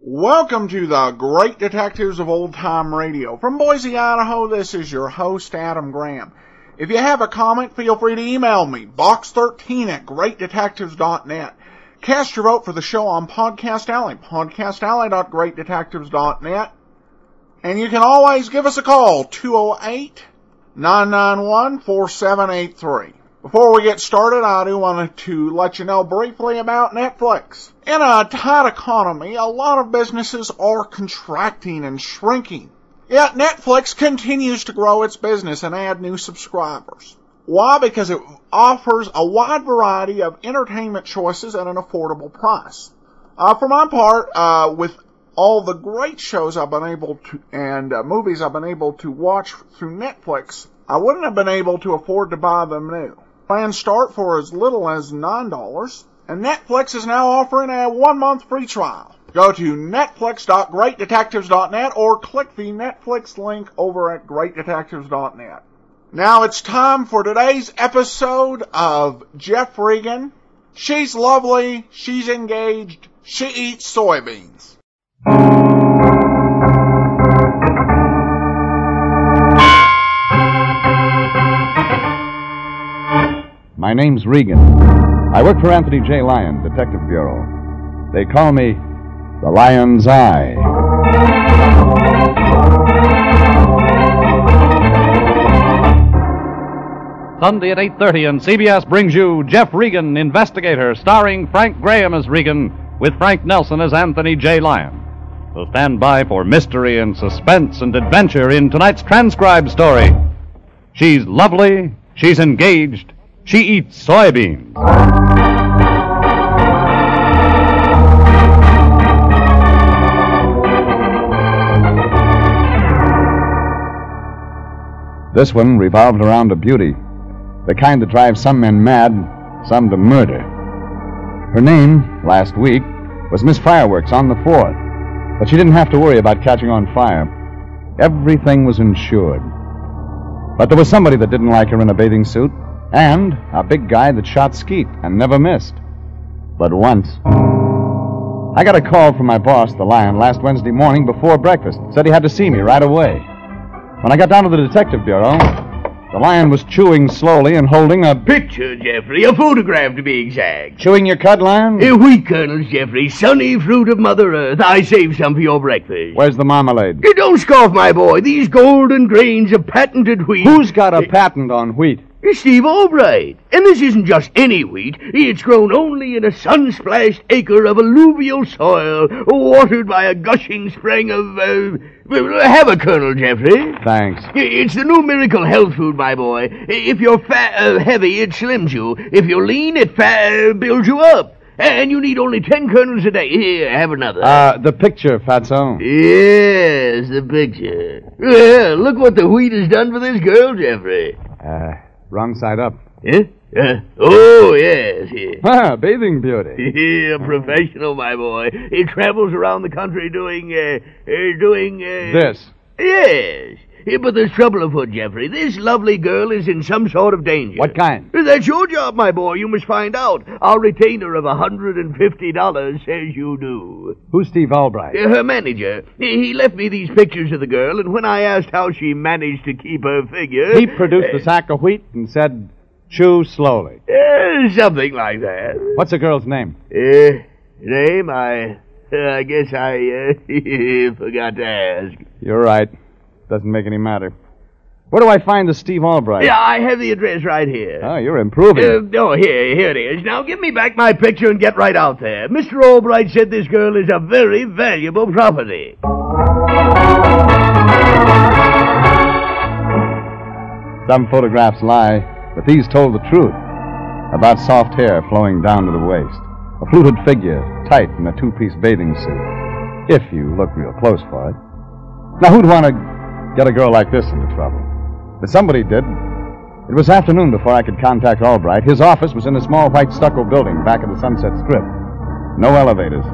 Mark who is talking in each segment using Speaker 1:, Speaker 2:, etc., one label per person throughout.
Speaker 1: Welcome to the Great Detectives of Old Time Radio. From Boise, Idaho, this is your host, Adam Graham. If you have a comment, feel free to email me, box13 at greatdetectives.net. Cast your vote for the show on Podcast Alley, podcastalley.greatdetectives.net. And you can always give us a call, 208 991 4783. Before we get started, I do want to let you know briefly about Netflix. In a tight economy, a lot of businesses are contracting and shrinking. Yet Netflix continues to grow its business and add new subscribers. Why? Because it offers a wide variety of entertainment choices at an affordable price. Uh, for my part, uh, with all the great shows I've been able to, and uh, movies I've been able to watch through Netflix, I wouldn't have been able to afford to buy them new. Plans start for as little as $9, and Netflix is now offering a one month free trial. Go to netflix.greatdetectives.net or click the Netflix link over at greatdetectives.net. Now it's time for today's episode of Jeff Regan. She's lovely, she's engaged, she eats soybeans.
Speaker 2: My name's Regan. I work for Anthony J. Lyon, Detective Bureau. They call me the Lion's Eye.
Speaker 3: Sunday at 8.30 and CBS brings you Jeff Regan, Investigator, starring Frank Graham as Regan, with Frank Nelson as Anthony J. Lyon. We'll stand by for mystery and suspense and adventure in tonight's transcribed story. She's lovely, she's engaged, she eats soybeans.
Speaker 2: This one revolved around a beauty, the kind that drives some men mad, some to murder. Her name, last week, was Miss Fireworks on the 4th, but she didn't have to worry about catching on fire. Everything was insured. But there was somebody that didn't like her in a bathing suit, and a big guy that shot skeet and never missed. But once. I got a call from my boss, the lion, last Wednesday morning before breakfast. Said he had to see me right away. When I got down to the detective bureau, the lion was chewing slowly and holding a big.
Speaker 4: Picture, Jeffrey, a photograph to be exact.
Speaker 2: Chewing your cud, lion?
Speaker 4: A wheat kernels, Jeffrey, sunny fruit of Mother Earth. I saved some for your breakfast.
Speaker 2: Where's the marmalade?
Speaker 4: You don't scoff, my boy. These golden grains of patented wheat.
Speaker 2: Who's got a patent on wheat?
Speaker 4: Steve Albright. And this isn't just any wheat. It's grown only in a sun-splashed acre of alluvial soil, watered by a gushing spring of... Uh, well, have a kernel, Jeffrey.
Speaker 2: Thanks.
Speaker 4: It's the new miracle health food, my boy. If you're fat, uh, heavy, it slims you. If you're lean, it fa uh, builds you up. And you need only ten kernels a day. Here, have another.
Speaker 2: Uh, the picture, Fatso.
Speaker 4: yes, the picture. Well, look what the wheat has done for this girl, Jeffrey.
Speaker 2: Uh, wrong side up.
Speaker 4: Huh? Huh? oh, yes, yes.
Speaker 2: Ah, bathing beauty.
Speaker 4: Yeah,
Speaker 2: Mm.
Speaker 4: professional, my boy. He travels around the country doing, uh, uh doing, uh...
Speaker 2: This.
Speaker 4: Yes. Yeah, But there's trouble afoot, Jeffrey. This lovely girl is in some sort of danger.
Speaker 2: What kind?
Speaker 4: That's your job, my boy. You must find out. Our retainer of a $150 says you do.
Speaker 2: Who's Steve Albright?
Speaker 4: Uh, Her manager. He he left me these pictures of the girl, and when I asked how she managed to keep her figure... eh,
Speaker 2: He produced a sack of wheat and said, chew slowly.
Speaker 4: Uh, something like that.
Speaker 2: What's the girl's name?
Speaker 4: Uh, name? I... I guess I uh, forgot to ask.
Speaker 2: You're right. Doesn't make any matter. Where do I find the Steve Albright?
Speaker 4: Yeah, I have the address right here.
Speaker 2: Oh, you're
Speaker 4: Uh,
Speaker 2: improving.
Speaker 4: oh, here, here it is. Now give me back my picture and get right out there. Mr. Albright said this girl is a very valuable property.
Speaker 2: Some photographs lie, but these told the truth. About soft hair flowing down to the waist, a fluted figure, tight in a two piece bathing suit, if you look real close for it. Now, who'd want to get a girl like this into trouble? But somebody did. It was afternoon before I could contact Albright. His office was in a small white stucco building back of the Sunset Strip. No elevators.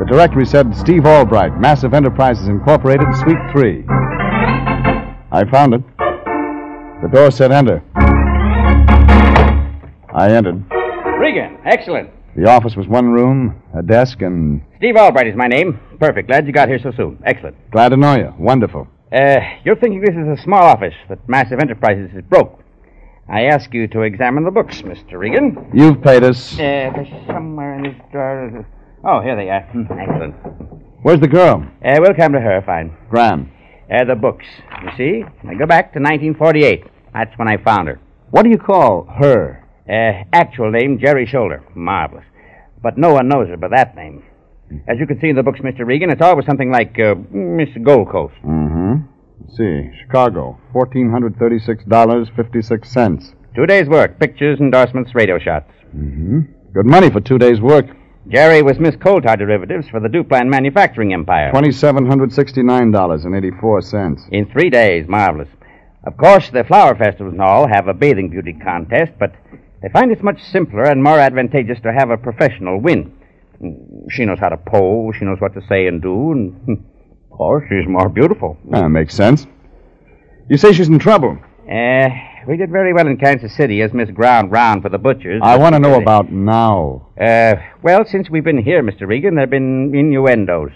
Speaker 2: The directory said Steve Albright, Massive Enterprises Incorporated, Suite 3. I found it. The door said enter. I entered.
Speaker 5: Regan, excellent.
Speaker 2: The office was one room, a desk, and
Speaker 5: Steve Albright is my name. Perfect. Glad you got here so soon. Excellent.
Speaker 2: glad to know you. Wonderful.
Speaker 5: Uh, you're thinking this is a small office, that Massive Enterprises is broke. I ask you to examine the books, Mr. Regan.
Speaker 2: You've paid us.
Speaker 5: Uh, they're somewhere in this drawer. Oh, here they are. Hmm, Excellent.
Speaker 2: Where's the girl?
Speaker 5: Uh, we'll come to her, fine.
Speaker 2: Gran.
Speaker 5: Uh, the books. You see? I go back to 1948. That's when I found her.
Speaker 2: What do you call her?
Speaker 5: Uh, actual name, Jerry Shoulder. Marvelous. But no one knows her by that name. As you can see in the books, Mr. Regan, it's always something like uh, Miss Gold Coast.
Speaker 2: Mm-hmm. Let's see. Chicago. Fourteen hundred thirty-six dollars fifty-six cents.
Speaker 5: Two days' work, pictures, endorsements, radio shots.
Speaker 2: Mm-hmm. Good money for two days' work.
Speaker 5: Jerry was Miss Coal Tar Derivatives for the Duplan Manufacturing Empire.
Speaker 2: Twenty-seven hundred sixty-nine dollars and eighty-four cents.
Speaker 5: In three days, marvelous. Of course, the flower festivals and all have a bathing beauty contest, but they find it's much simpler and more advantageous to have a professional win. Mm, She knows how to pose, she knows what to say and do, and hmm, of course, she's more beautiful.
Speaker 2: That Ah, makes sense. You say she's in trouble.
Speaker 5: Uh, we did very well in Kansas City as Miss Ground Round for the Butchers.
Speaker 2: I want to know about now.
Speaker 5: Uh, well, since we've been here, Mr. Regan, there have been innuendos,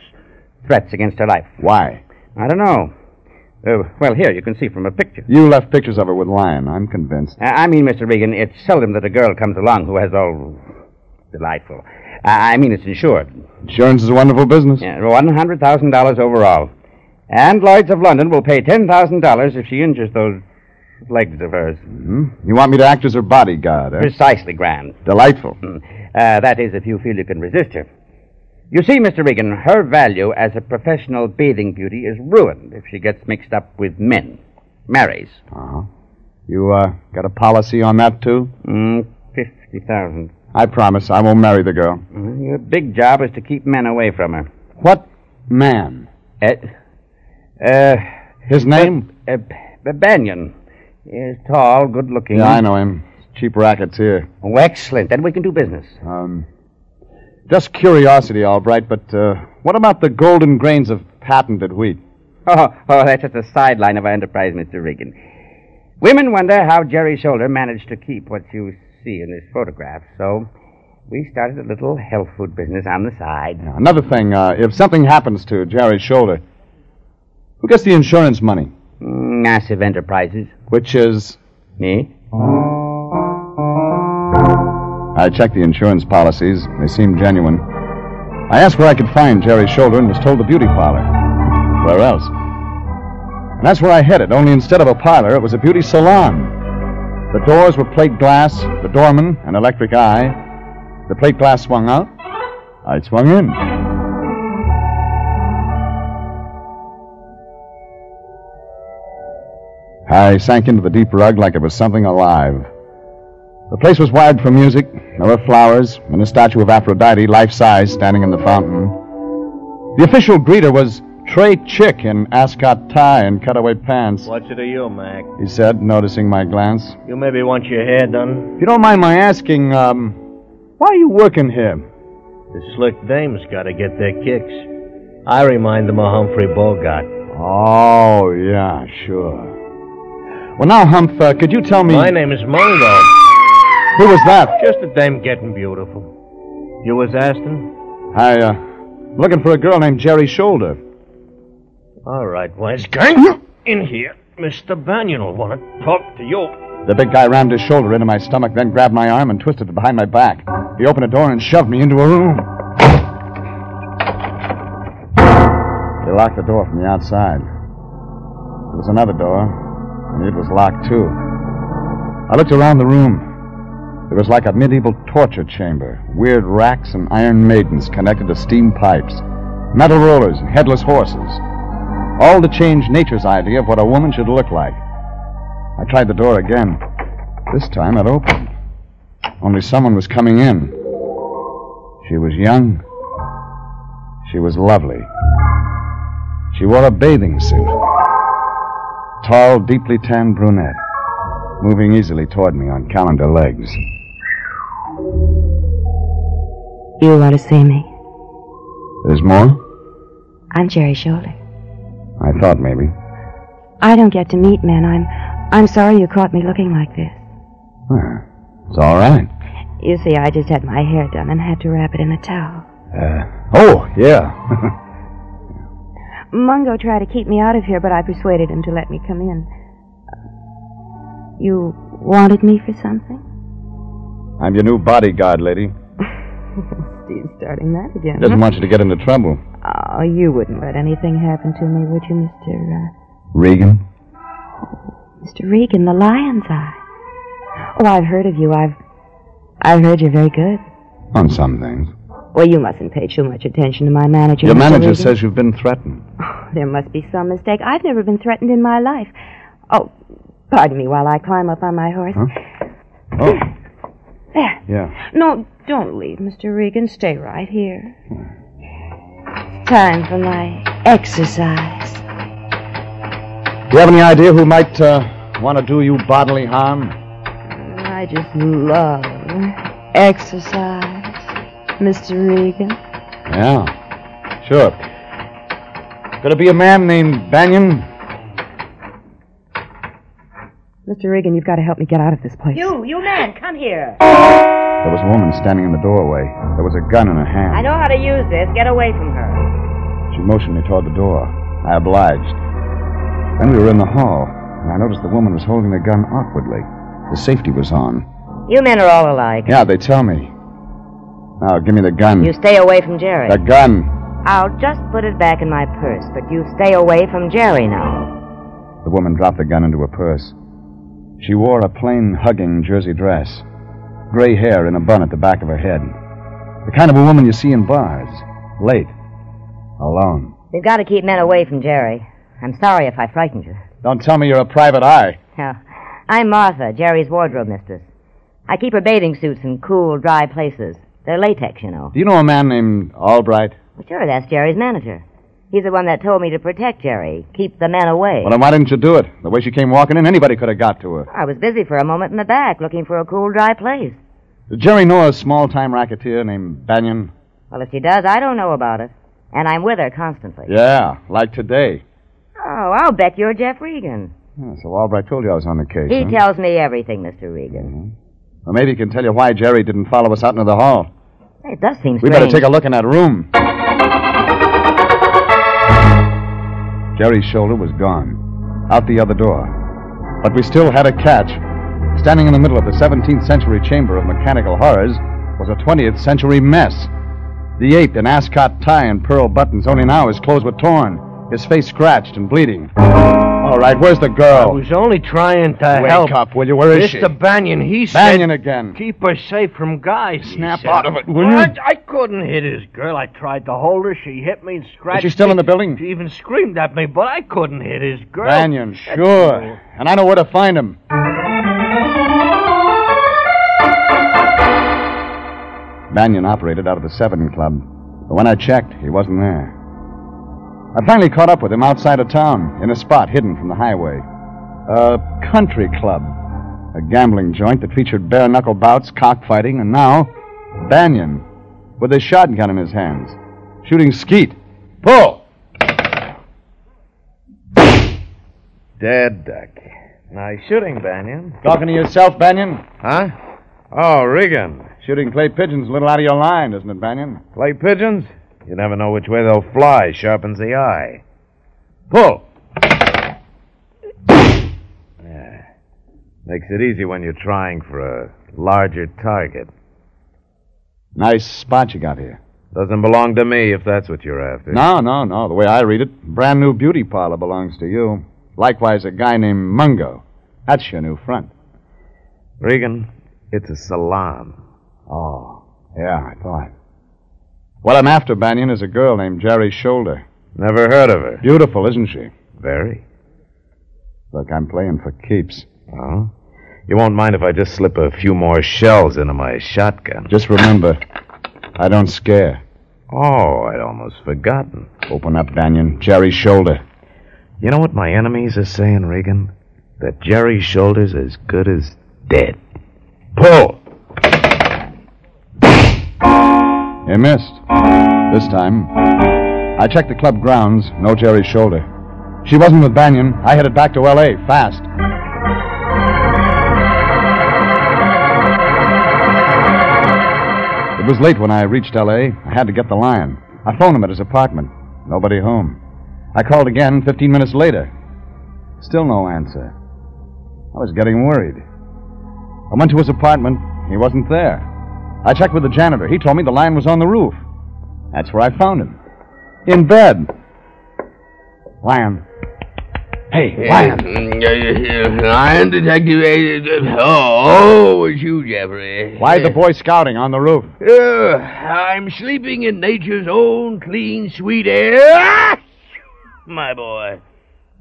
Speaker 5: threats against her life.
Speaker 2: Why?
Speaker 5: I don't know. Uh, well, here, you can see from a picture.
Speaker 2: You left pictures of her with Lyon. I'm convinced.
Speaker 5: I I mean, Mr. Regan, it's seldom that a girl comes along who has all delightful. I I mean, it's insured.
Speaker 2: Insurance is a wonderful business.
Speaker 5: Yeah, $100,000 overall. And Lloyd's of London will pay $10,000 if she injures those legs of hers.
Speaker 2: Mm-hmm. You want me to act as her bodyguard, eh?
Speaker 5: Precisely, Grand.
Speaker 2: Delightful.
Speaker 5: Uh, that is, if you feel you can resist her. You see, Mr. Regan, her value as a professional bathing beauty is ruined if she gets mixed up with men, marries.
Speaker 2: Uh-huh. You, uh, got a policy on that, too?
Speaker 5: Mm, 50,000.
Speaker 2: I promise I won't marry the girl.
Speaker 5: Mm, Your big job is to keep men away from her.
Speaker 2: What man?
Speaker 5: Uh, uh,
Speaker 2: His name?
Speaker 5: uh, B- Banyan is tall, good looking.
Speaker 2: Yeah, I know him. Cheap rackets here.
Speaker 5: Hmm? Oh, excellent. Then we can do business.
Speaker 2: Um, just curiosity, all right, but, uh, what about the golden grains of patented wheat?
Speaker 5: Oh, oh, that's just a sideline of our enterprise, Mr. Regan. Women wonder how Jerry Shoulder managed to keep what you see in this photograph, so we started a little health food business on the side.
Speaker 2: Now, another thing, uh, if something happens to Jerry's shoulder, who gets the insurance money?
Speaker 5: Mm, Massive enterprises.
Speaker 2: Which is.
Speaker 5: Me?
Speaker 2: I checked the insurance policies. They seemed genuine. I asked where I could find Jerry's shoulder and was told the beauty parlor. Where else? And that's where I headed, only instead of a parlor, it was a beauty salon. The doors were plate glass, the doorman, an electric eye. The plate glass swung out. I swung in. I sank into the deep rug like it was something alive. The place was wired for music. There were flowers and a statue of Aphrodite, life size, standing in the fountain. The official greeter was Trey Chick in ascot tie and cutaway pants,
Speaker 6: What's it to you, Mac?
Speaker 2: he said, noticing my glance.
Speaker 6: You maybe want your hair done?
Speaker 2: If you don't mind my asking, um, why are you working here?
Speaker 6: The slick dames gotta get their kicks. I remind them of Humphrey Bogart.
Speaker 2: Oh, yeah, sure. Well, now, Humph, uh, could you tell me.
Speaker 6: My name is Mungo.
Speaker 2: Who was that?
Speaker 6: Just a dame getting beautiful. You was Aston?
Speaker 2: I, uh, looking for a girl named Jerry Shoulder.
Speaker 6: All right, Wise Gang. In here. Mr. Banyan will want to talk to you.
Speaker 2: The big guy rammed his shoulder into my stomach, then grabbed my arm and twisted it behind my back. He opened a door and shoved me into a room. He locked the door from the outside. There was another door, and it was locked too. I looked around the room. It was like a medieval torture chamber. Weird racks and iron maidens connected to steam pipes, metal rollers and headless horses. All to change nature's idea of what a woman should look like. I tried the door again. This time it opened. Only someone was coming in. She was young. She was lovely. She wore a bathing suit. Tall, deeply tanned brunette, moving easily toward me on calendar legs.
Speaker 7: You want to see me?
Speaker 2: There's more?
Speaker 7: I'm Jerry Shoulder.
Speaker 2: I thought maybe.
Speaker 7: I don't get to meet men. I'm I'm sorry you caught me looking like this.
Speaker 2: Ah, it's all right.
Speaker 7: You see, I just had my hair done and had to wrap it in a towel.
Speaker 2: Uh, oh, yeah.
Speaker 7: Mungo tried to keep me out of here, but I persuaded him to let me come in. You wanted me for something?
Speaker 2: I'm your new bodyguard, lady.
Speaker 7: Steve's starting that again.
Speaker 2: Doesn't want you to get into trouble.
Speaker 7: Oh, you wouldn't let anything happen to me, would you, Mr.
Speaker 2: Regan?
Speaker 7: Uh, Mr. Regan, the lion's eye? Oh, I've heard of you. I've I've heard you're very good.
Speaker 2: On some things.
Speaker 7: Well, you mustn't pay too much attention to my manager.
Speaker 2: Your
Speaker 7: Mr.
Speaker 2: manager
Speaker 7: Regan.
Speaker 2: says you've been threatened.
Speaker 7: There must be some mistake. I've never been threatened in my life. Oh, pardon me while I climb up on my horse.
Speaker 2: Oh,
Speaker 7: There.
Speaker 2: yeah.
Speaker 7: No, don't leave, Mr. Regan. Stay right here. Time for my exercise.
Speaker 2: Do you have any idea who might uh, want to do you bodily harm?
Speaker 7: I just love exercise, Mr. Regan.
Speaker 2: Yeah, sure. Could it be a man named Banyan?
Speaker 7: Mr. Regan, you've got to help me get out of this place.
Speaker 8: You, you man, come here.
Speaker 2: There was a woman standing in the doorway. There was a gun in her hand.
Speaker 8: I know how to use this. Get away from her.
Speaker 2: She motioned me toward the door. I obliged. Then we were in the hall, and I noticed the woman was holding the gun awkwardly. The safety was on.
Speaker 8: You men are all alike.
Speaker 2: Yeah, they tell me. Now, give me the gun.
Speaker 8: You stay away from Jerry.
Speaker 2: The gun.
Speaker 8: I'll just put it back in my purse, but you stay away from Jerry now.
Speaker 2: The woman dropped the gun into her purse. She wore a plain, hugging jersey dress, gray hair in a bun at the back of her head. The kind of a woman you see in bars, late, alone.
Speaker 8: We've got to keep men away from Jerry. I'm sorry if I frightened you.
Speaker 2: Don't tell me you're a private eye.
Speaker 8: Now, I'm Martha, Jerry's wardrobe mistress. I keep her bathing suits in cool, dry places. They're latex, you know.
Speaker 2: Do you know a man named Albright?
Speaker 8: Well, sure, that's Jerry's manager. He's the one that told me to protect Jerry, keep the men away.
Speaker 2: Well, then why didn't you do it? The way she came walking in, anybody could have got to her.
Speaker 8: I was busy for a moment in the back looking for a cool, dry place.
Speaker 2: Did Jerry know a small time racketeer named Banyan?
Speaker 8: Well, if she does, I don't know about it. And I'm with her constantly.
Speaker 2: Yeah, like today.
Speaker 8: Oh, I'll bet you're Jeff Regan.
Speaker 2: Yeah, so Albright told you I was on the case.
Speaker 8: He
Speaker 2: huh?
Speaker 8: tells me everything, Mr. Regan.
Speaker 2: Well, maybe he can tell you why Jerry didn't follow us out into the hall.
Speaker 8: It does seem strange.
Speaker 2: Mm-hmm. We better take a look in that room. Jerry's shoulder was gone, out the other door. But we still had a catch. Standing in the middle of the 17th century chamber of mechanical horrors was a 20th century mess. The ape in ascot tie and pearl buttons, only now his clothes were torn, his face scratched and bleeding. All right, where's the
Speaker 6: I
Speaker 2: girl?
Speaker 6: was only trying to
Speaker 2: Wake
Speaker 6: help.
Speaker 2: up, will you? Where is she?
Speaker 6: Mr. Banyan, he said.
Speaker 2: Banyan again.
Speaker 6: Keep her safe from guys. he
Speaker 2: Snap
Speaker 6: said.
Speaker 2: out of it, will you?
Speaker 6: What? I couldn't hit his girl. I tried to hold her. She hit me and scratched.
Speaker 2: Is she still
Speaker 6: me.
Speaker 2: in the building?
Speaker 6: She even screamed at me, but I couldn't hit his girl.
Speaker 2: Banyan,
Speaker 6: That's all.
Speaker 2: sure. And I know where to find him. Banyan operated out of the Seven Club, but when I checked, he wasn't there. I finally caught up with him outside of town, in a spot hidden from the highway. A country club. A gambling joint that featured bare knuckle bouts, cockfighting, and now, Banyan, with a shotgun in his hands, shooting skeet. Pull!
Speaker 9: Dead duck. Nice shooting, Banyan.
Speaker 2: Talking to yourself, Banyan?
Speaker 9: Huh? Oh, Regan.
Speaker 2: Shooting clay pigeons a little out of your line, isn't it, Banyan?
Speaker 9: Clay pigeons? You never know which way they'll fly. Sharpens the eye. Pull. Yeah. Makes it easy when you're trying for a larger target.
Speaker 2: Nice spot you got here.
Speaker 9: Doesn't belong to me if that's what you're after.
Speaker 2: No, no, no. The way I read it, brand new beauty parlor belongs to you. Likewise, a guy named Mungo. That's your new front.
Speaker 9: Regan, it's a salon.
Speaker 2: Oh, yeah, I thought. What I'm after, Banyan, is a girl named Jerry Shoulder.
Speaker 9: Never heard of her.
Speaker 2: Beautiful, isn't she?
Speaker 9: Very.
Speaker 2: Look, I'm playing for keeps.
Speaker 9: Oh? You won't mind if I just slip a few more shells into my shotgun.
Speaker 2: Just remember, I don't scare.
Speaker 9: Oh, I'd almost forgotten.
Speaker 2: Open up, Banyan. Jerry's shoulder.
Speaker 9: You know what my enemies are saying, Regan? That Jerry's shoulder's as good as dead. Pull!
Speaker 2: He missed. This time. I checked the club grounds. No Jerry's shoulder. She wasn't with Banyan. I headed back to L.A. fast. It was late when I reached L.A. I had to get the lion. I phoned him at his apartment. Nobody home. I called again 15 minutes later. Still no answer. I was getting worried. I went to his apartment. He wasn't there. I checked with the janitor. He told me the lion was on the roof. That's where I found him. In bed. Lion. Hey,
Speaker 4: Eh,
Speaker 2: Lion.
Speaker 4: mm, Lion detective. Oh, it's you, Jeffrey.
Speaker 2: Why the boy scouting on the roof?
Speaker 4: Uh, I'm sleeping in nature's own clean, sweet air. Ah! My boy.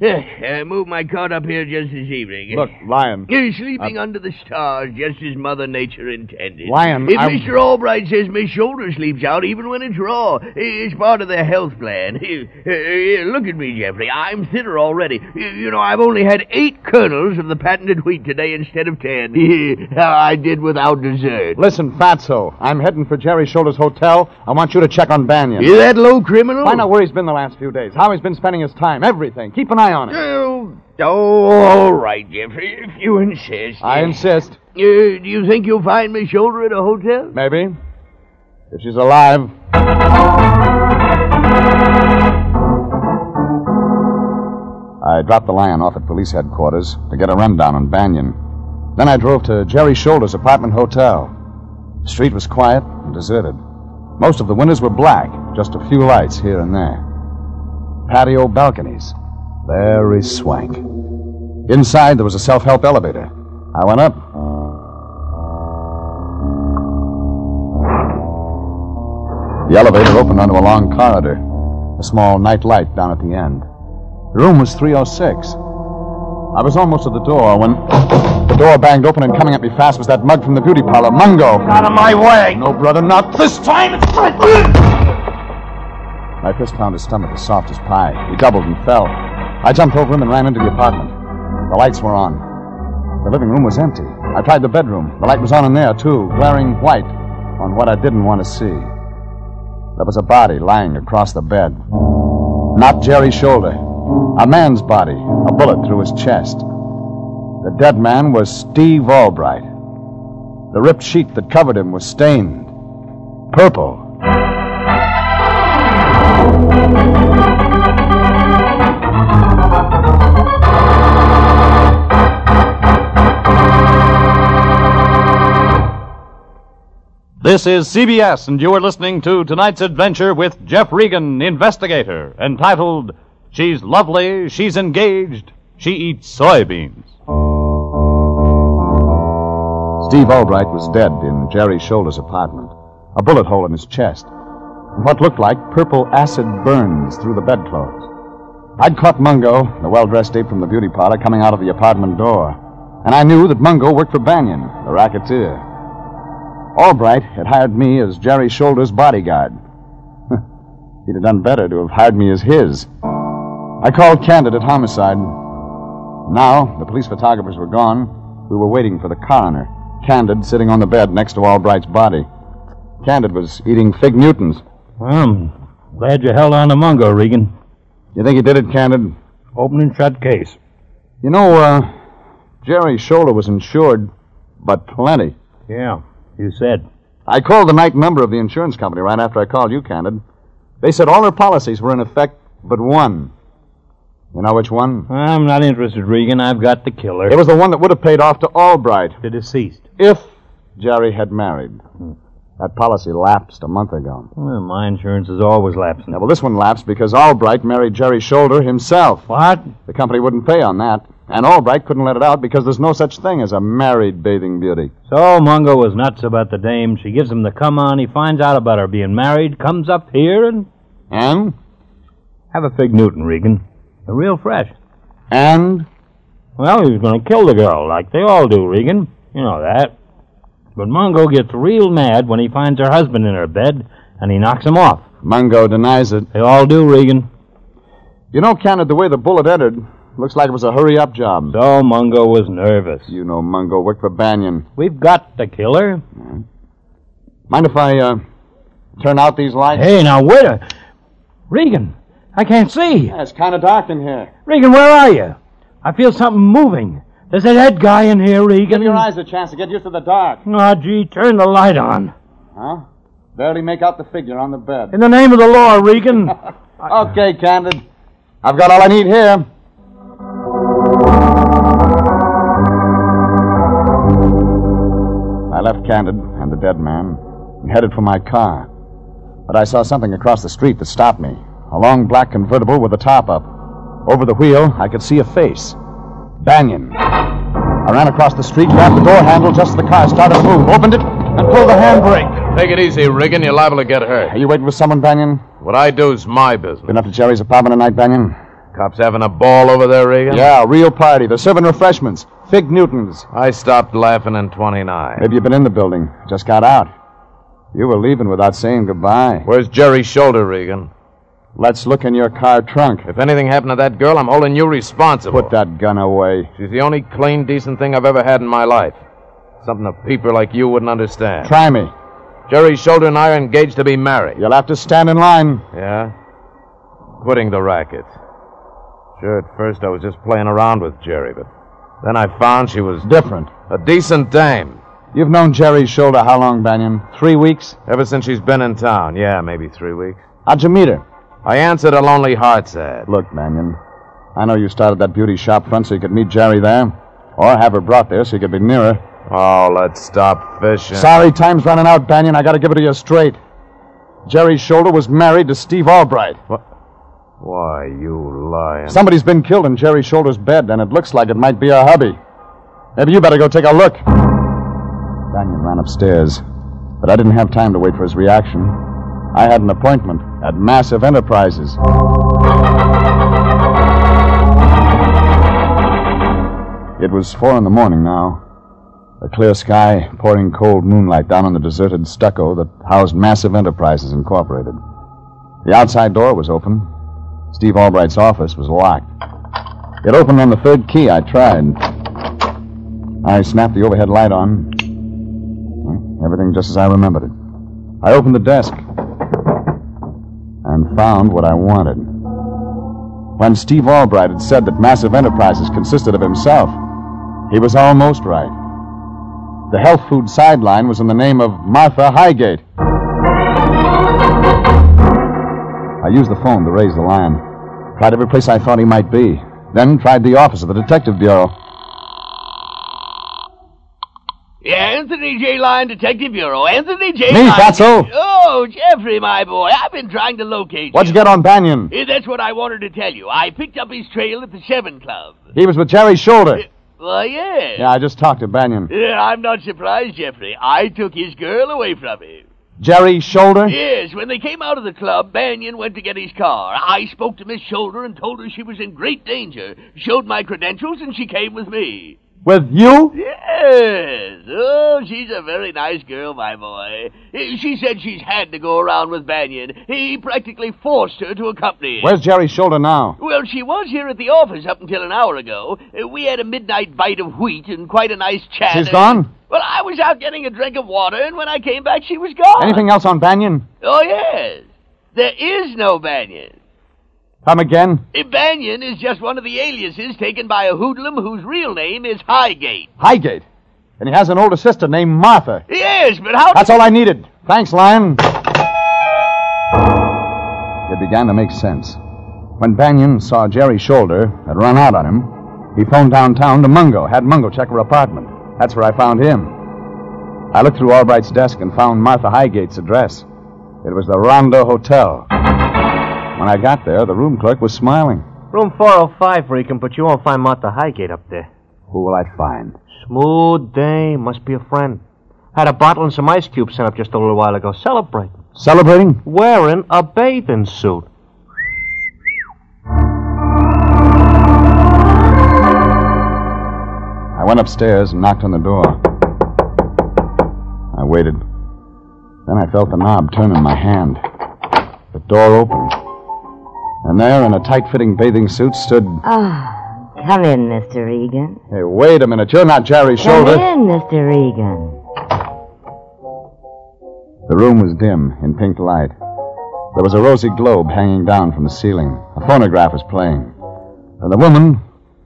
Speaker 4: Eh, I moved my cot up here just this evening.
Speaker 2: Look, Lion.
Speaker 4: You're sleeping
Speaker 2: Uh,
Speaker 4: under the stars, just as Mother Nature intended.
Speaker 2: Lion,
Speaker 4: If
Speaker 2: I-
Speaker 4: Mr. Albright says my shoulder sleeps out even when it's raw, it's part of their health plan. Eh, eh, Look at me, Jeffrey. I'm thinner already. Eh, You know, I've only had eight kernels of the patented wheat today instead of ten. Eh, How I did without dessert.
Speaker 2: Listen, Fatso. I'm heading for Jerry Shoulders Hotel. I want you to check on Banyan.
Speaker 4: You that low criminal?
Speaker 2: Find out where he's been the last few days, how he's been spending his time, everything. Keep an eye on him.
Speaker 4: Oh, oh, all right, Jeffrey, if you insist.
Speaker 2: I
Speaker 4: Eh,
Speaker 2: insist.
Speaker 4: do you think you'll find my shoulder at a hotel?
Speaker 2: Maybe. If she's alive. I dropped the lion off at police headquarters to get a rundown on Banyan. Then I drove to Jerry Shoulders' apartment hotel. The street was quiet and deserted. Most of the windows were black, just a few lights here and there. Patio balconies. Very swank. Inside, there was a self help elevator. I went up. The elevator opened onto a long corridor, a small night light down at the end. The room was 306. I was almost at the door when the door banged open, and coming at me fast was that mug from the beauty parlor, Mungo. Out of my way! No, brother, not this time! It's my. My fist found his stomach as soft as pie. He doubled and fell. I jumped over him and ran into the apartment. The lights were on. The living room was empty. I tried the bedroom. The light was on in there, too, glaring white on what I didn't want to see. There was a body lying across the bed. Not Jerry's shoulder. A man's body, a bullet through his chest. The dead man was Steve Albright. The ripped sheet that covered him was stained purple.
Speaker 3: This is CBS, and you are listening to tonight's adventure with Jeff Regan, investigator, entitled She's Lovely, She's Engaged, She Eats Soybeans.
Speaker 2: Steve Albright was dead in Jerry Shoulder's apartment, a bullet hole in his chest, and what looked like purple acid burns through the bedclothes. I'd caught Mungo, the well dressed ape from the beauty parlor, coming out of the apartment door, and I knew that Mungo worked for Banyan, the racketeer. Albright had hired me as Jerry Shoulder's bodyguard. He'd have done better to have hired me as his. I called candidate homicide. Now, the police photographers were gone. We were waiting for the coroner. Candid sitting on the bed next to Albright's body. Candid was eating fig Newtons.
Speaker 6: Well, I'm glad you held on to Mungo, Regan.
Speaker 2: You think he did it, Candid?
Speaker 6: Open and shut case.
Speaker 2: You know, uh, Jerry's shoulder was insured, but plenty.
Speaker 6: Yeah, you said.
Speaker 2: I called the night number of the insurance company right after I called you, Candid. They said all their policies were in effect but one. You know which one?
Speaker 6: I'm not interested, Regan. I've got the killer.
Speaker 2: It was the one that would have paid off to Albright
Speaker 6: the deceased.
Speaker 2: if Jerry had married. That policy lapsed a month ago.
Speaker 6: Well, my insurance is always lapsing.
Speaker 2: Now, well, this one lapsed because Albright married Jerry Shoulder himself.
Speaker 6: What?
Speaker 2: The company wouldn't pay on that. And Albright couldn't let it out because there's no such thing as a married bathing beauty.
Speaker 6: So Mungo was nuts about the dame. She gives him the come on. He finds out about her being married, comes up here, and
Speaker 2: And?
Speaker 6: have a fig Newton, Regan. They're real fresh.
Speaker 2: And?
Speaker 6: Well, he was going to kill the girl, like they all do, Regan. You know that. But Mungo gets real mad when he finds her husband in her bed, and he knocks him off.
Speaker 2: Mungo denies it.
Speaker 10: They all do, Regan.
Speaker 2: You know, counted the way the bullet entered. Looks like it was a hurry up job.
Speaker 10: So Mungo was nervous.
Speaker 2: You know Mungo worked for Banyan.
Speaker 10: We've got the killer.
Speaker 2: Mind if I uh, turn out these lights?
Speaker 10: Hey, now wait a. Regan, I can't see.
Speaker 2: Yeah, it's kind of dark in here.
Speaker 10: Regan, where are you? I feel something moving. There's a dead guy in here, Regan.
Speaker 2: Give your eyes a chance to get used to the dark.
Speaker 10: Aw, gee, turn the light on.
Speaker 2: Huh? Barely make out the figure on the bed.
Speaker 10: In the name of the law, Regan.
Speaker 2: Okay, Candid. I've got all I need here. I left Candid and the dead man and headed for my car. But I saw something across the street that stopped me a long black convertible with the top up. Over the wheel, I could see a face Banyan. I ran across the street, grabbed the door handle just as the car started to move, opened it, and pulled the handbrake.
Speaker 11: Take it easy, Regan. You're liable to get hurt.
Speaker 2: Are you waiting for someone, Banyan?
Speaker 11: What I do's my business.
Speaker 2: Been up to Jerry's apartment tonight, Banyan?
Speaker 11: Cops having a ball over there, Regan?
Speaker 2: Yeah, real party. They're serving refreshments. Fig Newtons.
Speaker 11: I stopped laughing in 29.
Speaker 2: Maybe you've been in the building. Just got out. You were leaving without saying goodbye.
Speaker 11: Where's Jerry's shoulder, Regan?
Speaker 2: Let's look in your car trunk.
Speaker 11: If anything happened to that girl, I'm holding you responsible.
Speaker 2: Put that gun away.
Speaker 11: She's the only clean, decent thing I've ever had in my life. Something a peeper like you wouldn't understand.
Speaker 2: Try me.
Speaker 11: Jerry's shoulder and I are engaged to be married.
Speaker 2: You'll have to stand in line.
Speaker 11: Yeah? Quitting the racket. Sure, at first I was just playing around with Jerry, but then I found she was
Speaker 2: Different.
Speaker 11: a decent dame.
Speaker 2: You've known Jerry's shoulder how long, Banyan? Three weeks?
Speaker 11: Ever since she's been in town. Yeah, maybe three weeks.
Speaker 2: How'd you meet her?
Speaker 11: I answered a lonely heart's ad.
Speaker 2: Look, Banyan, I know you started that beauty shop front so you could meet Jerry there, or have her brought there so you could be near her.
Speaker 11: Oh, let's stop fishing.
Speaker 2: Sorry, time's running out, Banyan. I gotta give it to you straight. Jerry's shoulder was married to Steve Albright.
Speaker 11: Why, you lying.
Speaker 2: Somebody's been killed in Jerry Shoulder's bed, and it looks like it might be our hubby. Maybe you better go take a look. Banyan ran upstairs, but I didn't have time to wait for his reaction. I had an appointment at Massive Enterprises. It was four in the morning now. A clear sky pouring cold moonlight down on the deserted stucco that housed Massive Enterprises Incorporated. The outside door was open, Steve Albright's office was locked. It opened on the third key I tried. I snapped the overhead light on. Well, Everything just as I remembered it. I opened the desk and found what I wanted. When Steve Albright had said that Massive Enterprises consisted of himself, he was almost right. The health food sideline was in the name of Martha Highgate. I used the phone to raise the line. Tried every place I thought he might be. Then tried the office of the Detective Bureau.
Speaker 4: Anthony J. Line, Detective Bureau. Anthony J.
Speaker 2: Me,
Speaker 4: Line.
Speaker 2: Fatso.
Speaker 4: Oh, Jeffrey, my boy. I've been trying to locate
Speaker 2: What'd you get on Banyan?
Speaker 4: Eh, That's what I wanted to tell you. I picked up his trail at the Seven Club. Eh,
Speaker 2: He was with Jerry's shoulder.
Speaker 4: Well, yeah.
Speaker 2: Yeah, I just talked to Banyan.
Speaker 4: Yeah, I'm not surprised, Jeffrey. I took his girl away from him.
Speaker 2: Jerry's shoulder?
Speaker 4: Yes, when they came out of the club, Banyan went to get his car. I spoke to Miss Shoulder and told her she was in great danger. Showed my credentials, and she came with me.
Speaker 2: With you?
Speaker 4: Yes. Oh, she's a very nice girl, my boy. Eh, She said she's had to go around with Banyan. He practically forced her to accompany him.
Speaker 2: Where's Jerry's shoulder now?
Speaker 4: Well, she was here at the office up until an hour ago. Uh, We had a midnight bite of wheat and quite a nice chat.
Speaker 2: She's
Speaker 4: Uh,
Speaker 2: gone?
Speaker 4: Well, I was out getting a drink of water, and when I came back, she was gone.
Speaker 2: Anything else on Banyan?
Speaker 4: Oh, yes. There is no Banyan.
Speaker 2: Come again?
Speaker 4: Uh, Banyan is just one of the aliases taken by a hoodlum whose real name is Highgate.
Speaker 2: Highgate. And he has an older sister named Martha.
Speaker 4: Yes, but how...
Speaker 2: That's all I needed. Thanks, Lion. It began to make sense. When Banyan saw Jerry's shoulder had run out on him, he phoned downtown to Mungo, had Mungo check her apartment. That's where I found him. I looked through Albright's desk and found Martha Highgate's address. It was the Rondo Hotel. When I got there, the room clerk was smiling.
Speaker 12: Room 405, Regan, but you won't find Martha Highgate up there.
Speaker 2: Who will I find?
Speaker 12: Smooth day. Must be a friend. Had a bottle and some ice cubes sent up just a little while ago. Celebrating.
Speaker 2: Celebrating?
Speaker 12: Wearing a bathing suit.
Speaker 2: I went upstairs and knocked on the door. I waited. Then I felt the knob turn in my hand. The Door opened. And there, in a tight fitting bathing suit, stood.
Speaker 8: Ah, come in, Mr. Regan.
Speaker 2: Hey, wait a minute. You're not Jerry
Speaker 8: Come
Speaker 2: Shoulder.
Speaker 8: in, Mr. Regan.
Speaker 2: The room was dim, in pink light. There was a rosy globe hanging down from the ceiling. A phonograph was playing. And the woman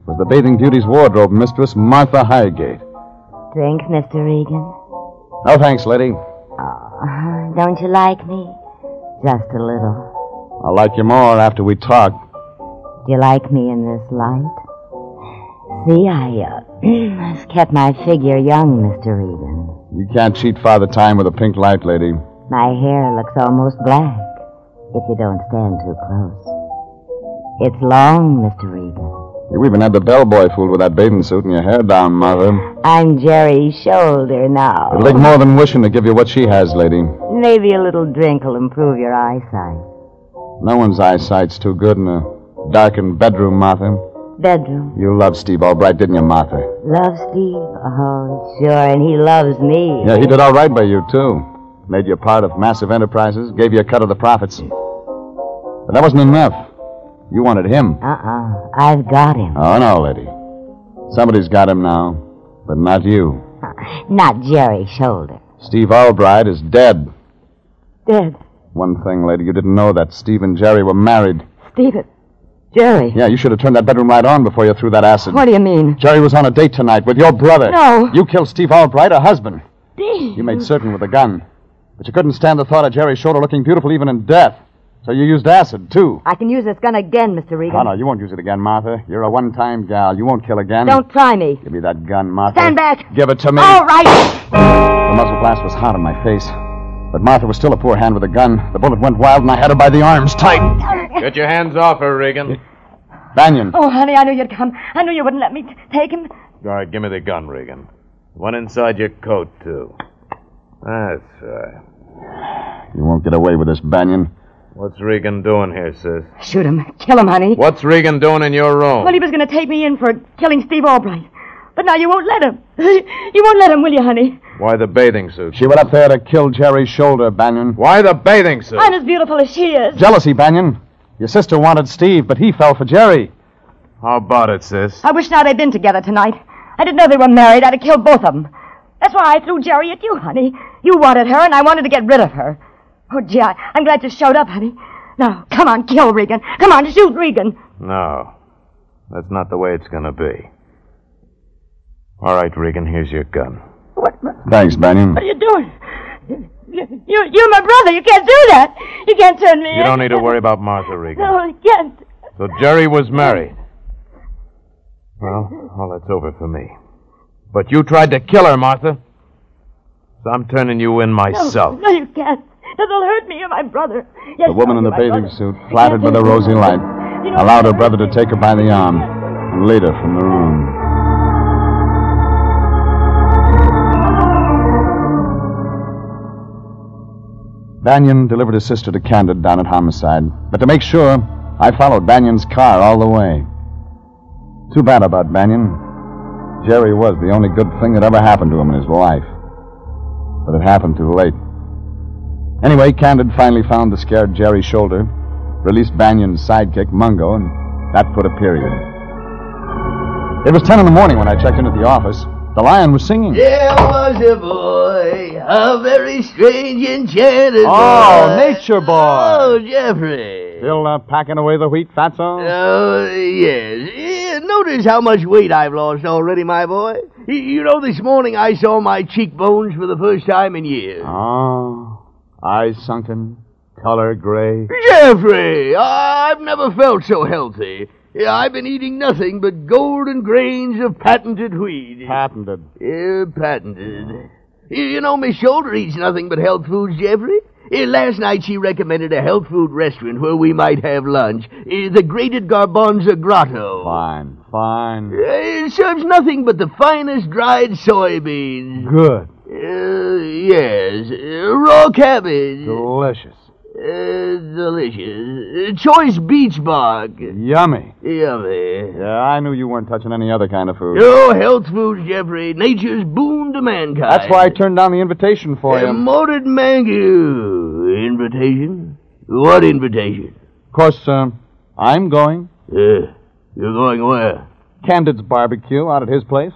Speaker 2: was the bathing beauty's wardrobe mistress, Martha Highgate.
Speaker 8: Drink, Mr. Regan.
Speaker 2: No thanks, lady.
Speaker 8: Oh, don't you like me? Just a little.
Speaker 2: I'll like you more after we talk.
Speaker 8: Do you like me in this light? See, I, uh, has kept my figure young, Mr. Regan.
Speaker 2: You can't cheat Father Time with a pink light, lady.
Speaker 8: My hair looks almost black, if you don't stand too close. It's long, Mr. Regan.
Speaker 2: You even had the bellboy fooled with that bathing suit and your hair down, Martha.
Speaker 8: I'm Jerry's shoulder now.
Speaker 2: It'll take more than wishing to give you what she has, lady.
Speaker 8: Maybe a little drink will improve your eyesight.
Speaker 2: No one's eyesight's too good in a darkened bedroom, Martha.
Speaker 8: Bedroom.
Speaker 2: You loved Steve Albright, didn't you, Martha?
Speaker 8: Love Steve? Oh, sure, and he loves me.
Speaker 2: Yeah, he did all right by you, too. Made you part of massive enterprises, gave you a cut of the profits. But that wasn't enough. You wanted him.
Speaker 8: Uh-uh. I've got him.
Speaker 2: Oh, no, lady. Somebody's got him now, but not you.
Speaker 8: Not Jerry Shoulder.
Speaker 2: Steve Albright is dead.
Speaker 8: Dead.
Speaker 2: One thing, lady, you didn't know that Steve and Jerry were married.
Speaker 8: Steve, it- Jerry.
Speaker 2: Yeah, you should have turned that bedroom light on before you threw that acid.
Speaker 8: What do you mean?
Speaker 2: Jerry was on a date tonight with your brother.
Speaker 8: No.
Speaker 2: You killed Steve Albright, her husband.
Speaker 8: Steve.
Speaker 2: You made certain with a gun. But you couldn't stand the thought of Jerry Shorter looking beautiful even in death. So you used acid, too.
Speaker 8: I can use this gun again, Mr. Regan.
Speaker 2: Oh, no, you won't use it again, Martha. You're a one time gal. You won't kill again.
Speaker 8: Don't try me.
Speaker 2: Give me that gun, Martha.
Speaker 8: Stand back. Oh.
Speaker 2: Give it to me.
Speaker 8: All right.
Speaker 2: The muzzle blast was hot on my face. But Martha was still a poor hand with a gun. The bullet went wild, and I had her by the arms tight.
Speaker 11: Get your hands off her, Regan.
Speaker 2: Banyan.
Speaker 13: Oh, honey, I knew you'd come. I knew you wouldn't let me t- take him.
Speaker 11: All right, give me the gun, Regan. One inside your coat, too. That's right.
Speaker 2: You won't get away with this, Banyan.
Speaker 11: What's Regan doing here, sis?
Speaker 13: Shoot him. Kill him, honey.
Speaker 11: What's Regan doing in your room?
Speaker 13: Well, he was going to take me in for killing Steve Albright. But now you won't let him. You won't let him, will you, honey?
Speaker 11: Why the bathing suit?
Speaker 2: She went up there to kill Jerry's shoulder, Banyan.
Speaker 11: Why the bathing suit?
Speaker 13: I'm as beautiful as she is.
Speaker 2: Jealousy, Banyan. Your sister wanted Steve, but he fell for Jerry.
Speaker 11: How about it, sis?
Speaker 13: I wish now they'd been together tonight. I didn't know they were married. I'd have killed both of them. That's why I threw Jerry at you, honey. You wanted her, and I wanted to get rid of her. Oh, gee, I, I'm glad you showed up, honey. Now, come on, kill Regan. Come on, shoot Regan.
Speaker 11: No. That's not the way it's gonna be. All right, Regan, here's your gun.
Speaker 2: Thanks,
Speaker 11: Hmm.
Speaker 2: Banyan.
Speaker 13: What are you doing? You, you, you're my brother. You can't do that. You can't turn me
Speaker 11: You
Speaker 13: in.
Speaker 11: don't need to worry about Martha, Regan.
Speaker 13: No, you can't.
Speaker 11: So Jerry was married. Well, all that's over for me. But you tried to kill her, Martha. So I'm turning you in myself.
Speaker 13: No, no, you can't. It'll hurt me. You're my brother. Yes,
Speaker 2: The woman in the
Speaker 13: you're my
Speaker 2: bathing
Speaker 13: brother.
Speaker 2: suit, flattered by the rosy light, allowed her brother to take her by the arm and lead her from the room. Banyan delivered his sister to Candid down at Homicide, but to make sure, I followed Banyan's car all the way. Too bad about Banyan. Jerry was the only good thing that ever happened to him in his life. But it happened too late. Anyway, Candid finally found the scared Jerry Shoulder, released Banyan's sidekick, Mungo, and that put a period. It was 10 in the morning when I checked in at the office. The lion was singing.
Speaker 4: There was a boy, a very strange, enchanted
Speaker 2: Oh,
Speaker 4: boy.
Speaker 2: nature boy.
Speaker 4: Oh, Jeffrey.
Speaker 2: Still uh, packing away the wheat, Fatso?
Speaker 4: Oh, yes. Yeah, notice how much weight I've lost already, my boy. Y- You know, this morning I saw my cheekbones for the first time in years.
Speaker 2: Oh, eyes sunken, color gray.
Speaker 4: Jeffrey, I- I've never felt so healthy. Yeah, I've been eating nothing but golden grains of patented wheat.
Speaker 2: Patented.
Speaker 4: Yeah, patented. Y- You know, Miss Shoulder eats nothing but health foods, Jeffrey. Eh, Last night she recommended a health food restaurant where we might have lunch. Eh, The Grated Garbanza Grotto.
Speaker 2: Fine, fine.
Speaker 4: Eh, It serves nothing but the finest dried soybeans.
Speaker 2: Good.
Speaker 4: Uh, yes. Uh, raw cabbage.
Speaker 2: Delicious.
Speaker 4: Uh, delicious. Uh, choice beech bark.
Speaker 2: Yummy.
Speaker 4: Yummy.
Speaker 2: Yeah, I knew you weren't touching any other kind of food.
Speaker 4: Oh, health foods, Jeffrey. Nature's boon to mankind. Uh,
Speaker 2: That's why I turned down the invitation for you.
Speaker 4: Immorted mango. Invitation?
Speaker 14: What invitation?
Speaker 2: Of course, uh, I'm going.
Speaker 14: Uh, you're going where?
Speaker 2: Candid's barbecue out at his place.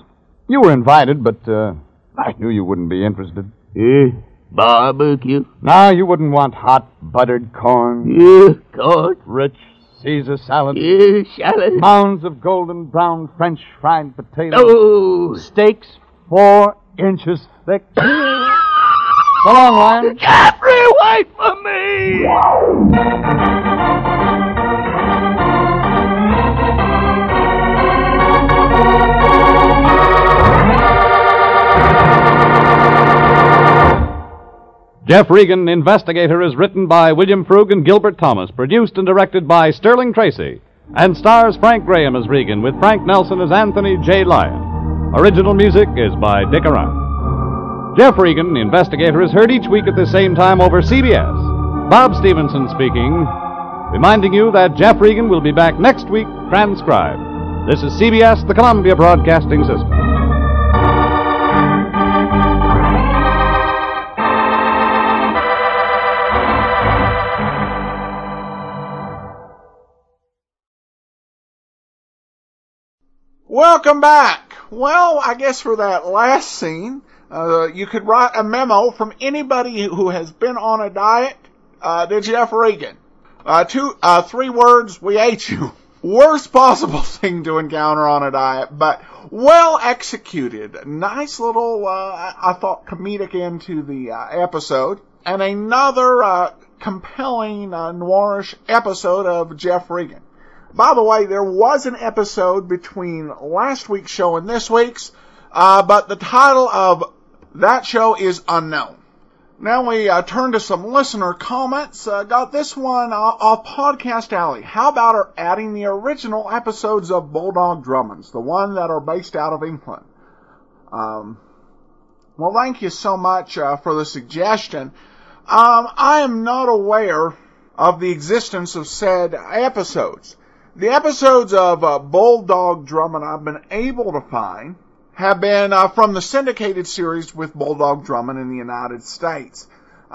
Speaker 2: You were invited, but uh, I knew you wouldn't be interested.
Speaker 14: Yeah, barbecue?
Speaker 2: No, you wouldn't want hot buttered corn.
Speaker 14: Yeah, corn.
Speaker 2: Rich Caesar salad.
Speaker 14: Yeah, salad.
Speaker 2: Mounds of golden brown French fried potatoes.
Speaker 14: Oh.
Speaker 2: Steaks four inches thick. so long, Lion.
Speaker 14: Jeffrey, wait for me!
Speaker 3: Jeff Regan, Investigator, is written by William Frug and Gilbert Thomas, produced and directed by Sterling Tracy, and stars Frank Graham as Regan, with Frank Nelson as Anthony J. Lyon. Original music is by Dick Arant. Jeff Regan, Investigator, is heard each week at the same time over CBS. Bob Stevenson speaking, reminding you that Jeff Regan will be back next week, transcribed. This is CBS, the Columbia Broadcasting System.
Speaker 1: Welcome back. Well, I guess for that last scene, uh, you could write a memo from anybody who has been on a diet uh, to Jeff Regan. Uh, two, uh, three words: we hate you. Worst possible thing to encounter on a diet, but well executed. Nice little, uh, I I thought, comedic end to the uh, episode, and another uh, compelling uh, noirish episode of Jeff Regan. By the way, there was an episode between last week's show and this week's, uh, but the title of that show is unknown. Now we uh, turn to some listener comments. Uh, got this one uh, off Podcast Alley. How about our adding the original episodes of Bulldog Drummonds, the one that are based out of England? Um, well, thank you so much uh, for the suggestion. Um, I am not aware of the existence of said episodes. The episodes of uh, Bulldog Drummond I've been able to find have been uh, from the syndicated series with Bulldog Drummond in the United States.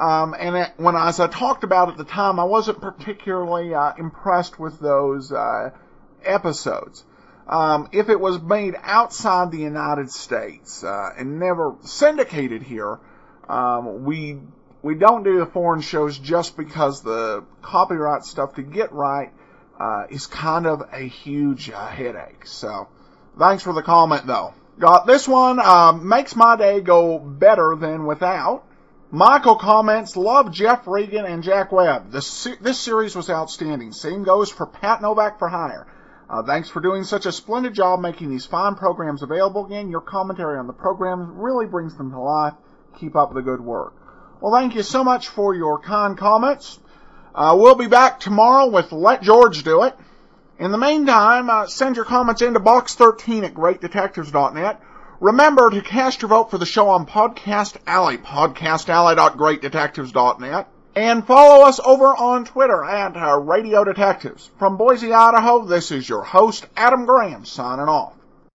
Speaker 1: Um, and it, when I, as I talked about at the time, I wasn't particularly uh, impressed with those uh, episodes. Um, if it was made outside the United States uh, and never syndicated here, um, we we don't do the foreign shows just because the copyright stuff to get right uh, is kind of a huge uh, headache. So, thanks for the comment though. Got this one. Um, makes my day go better than without. Michael comments, love Jeff Regan and Jack Webb. This, se- this series was outstanding. Same goes for Pat Novak for Hire. Uh, thanks for doing such a splendid job making these fine programs available again. Your commentary on the programs really brings them to life. Keep up the good work. Well, thank you so much for your kind comments. Uh, we'll be back tomorrow with Let George Do It. In the meantime, uh, send your comments into box13 at greatdetectives.net. Remember to cast your vote for the show on Podcast Alley, podcastalley.greatdetectives.net. And follow us over on Twitter at uh, Radio Detectives. From Boise, Idaho, this is your host, Adam Graham, signing off.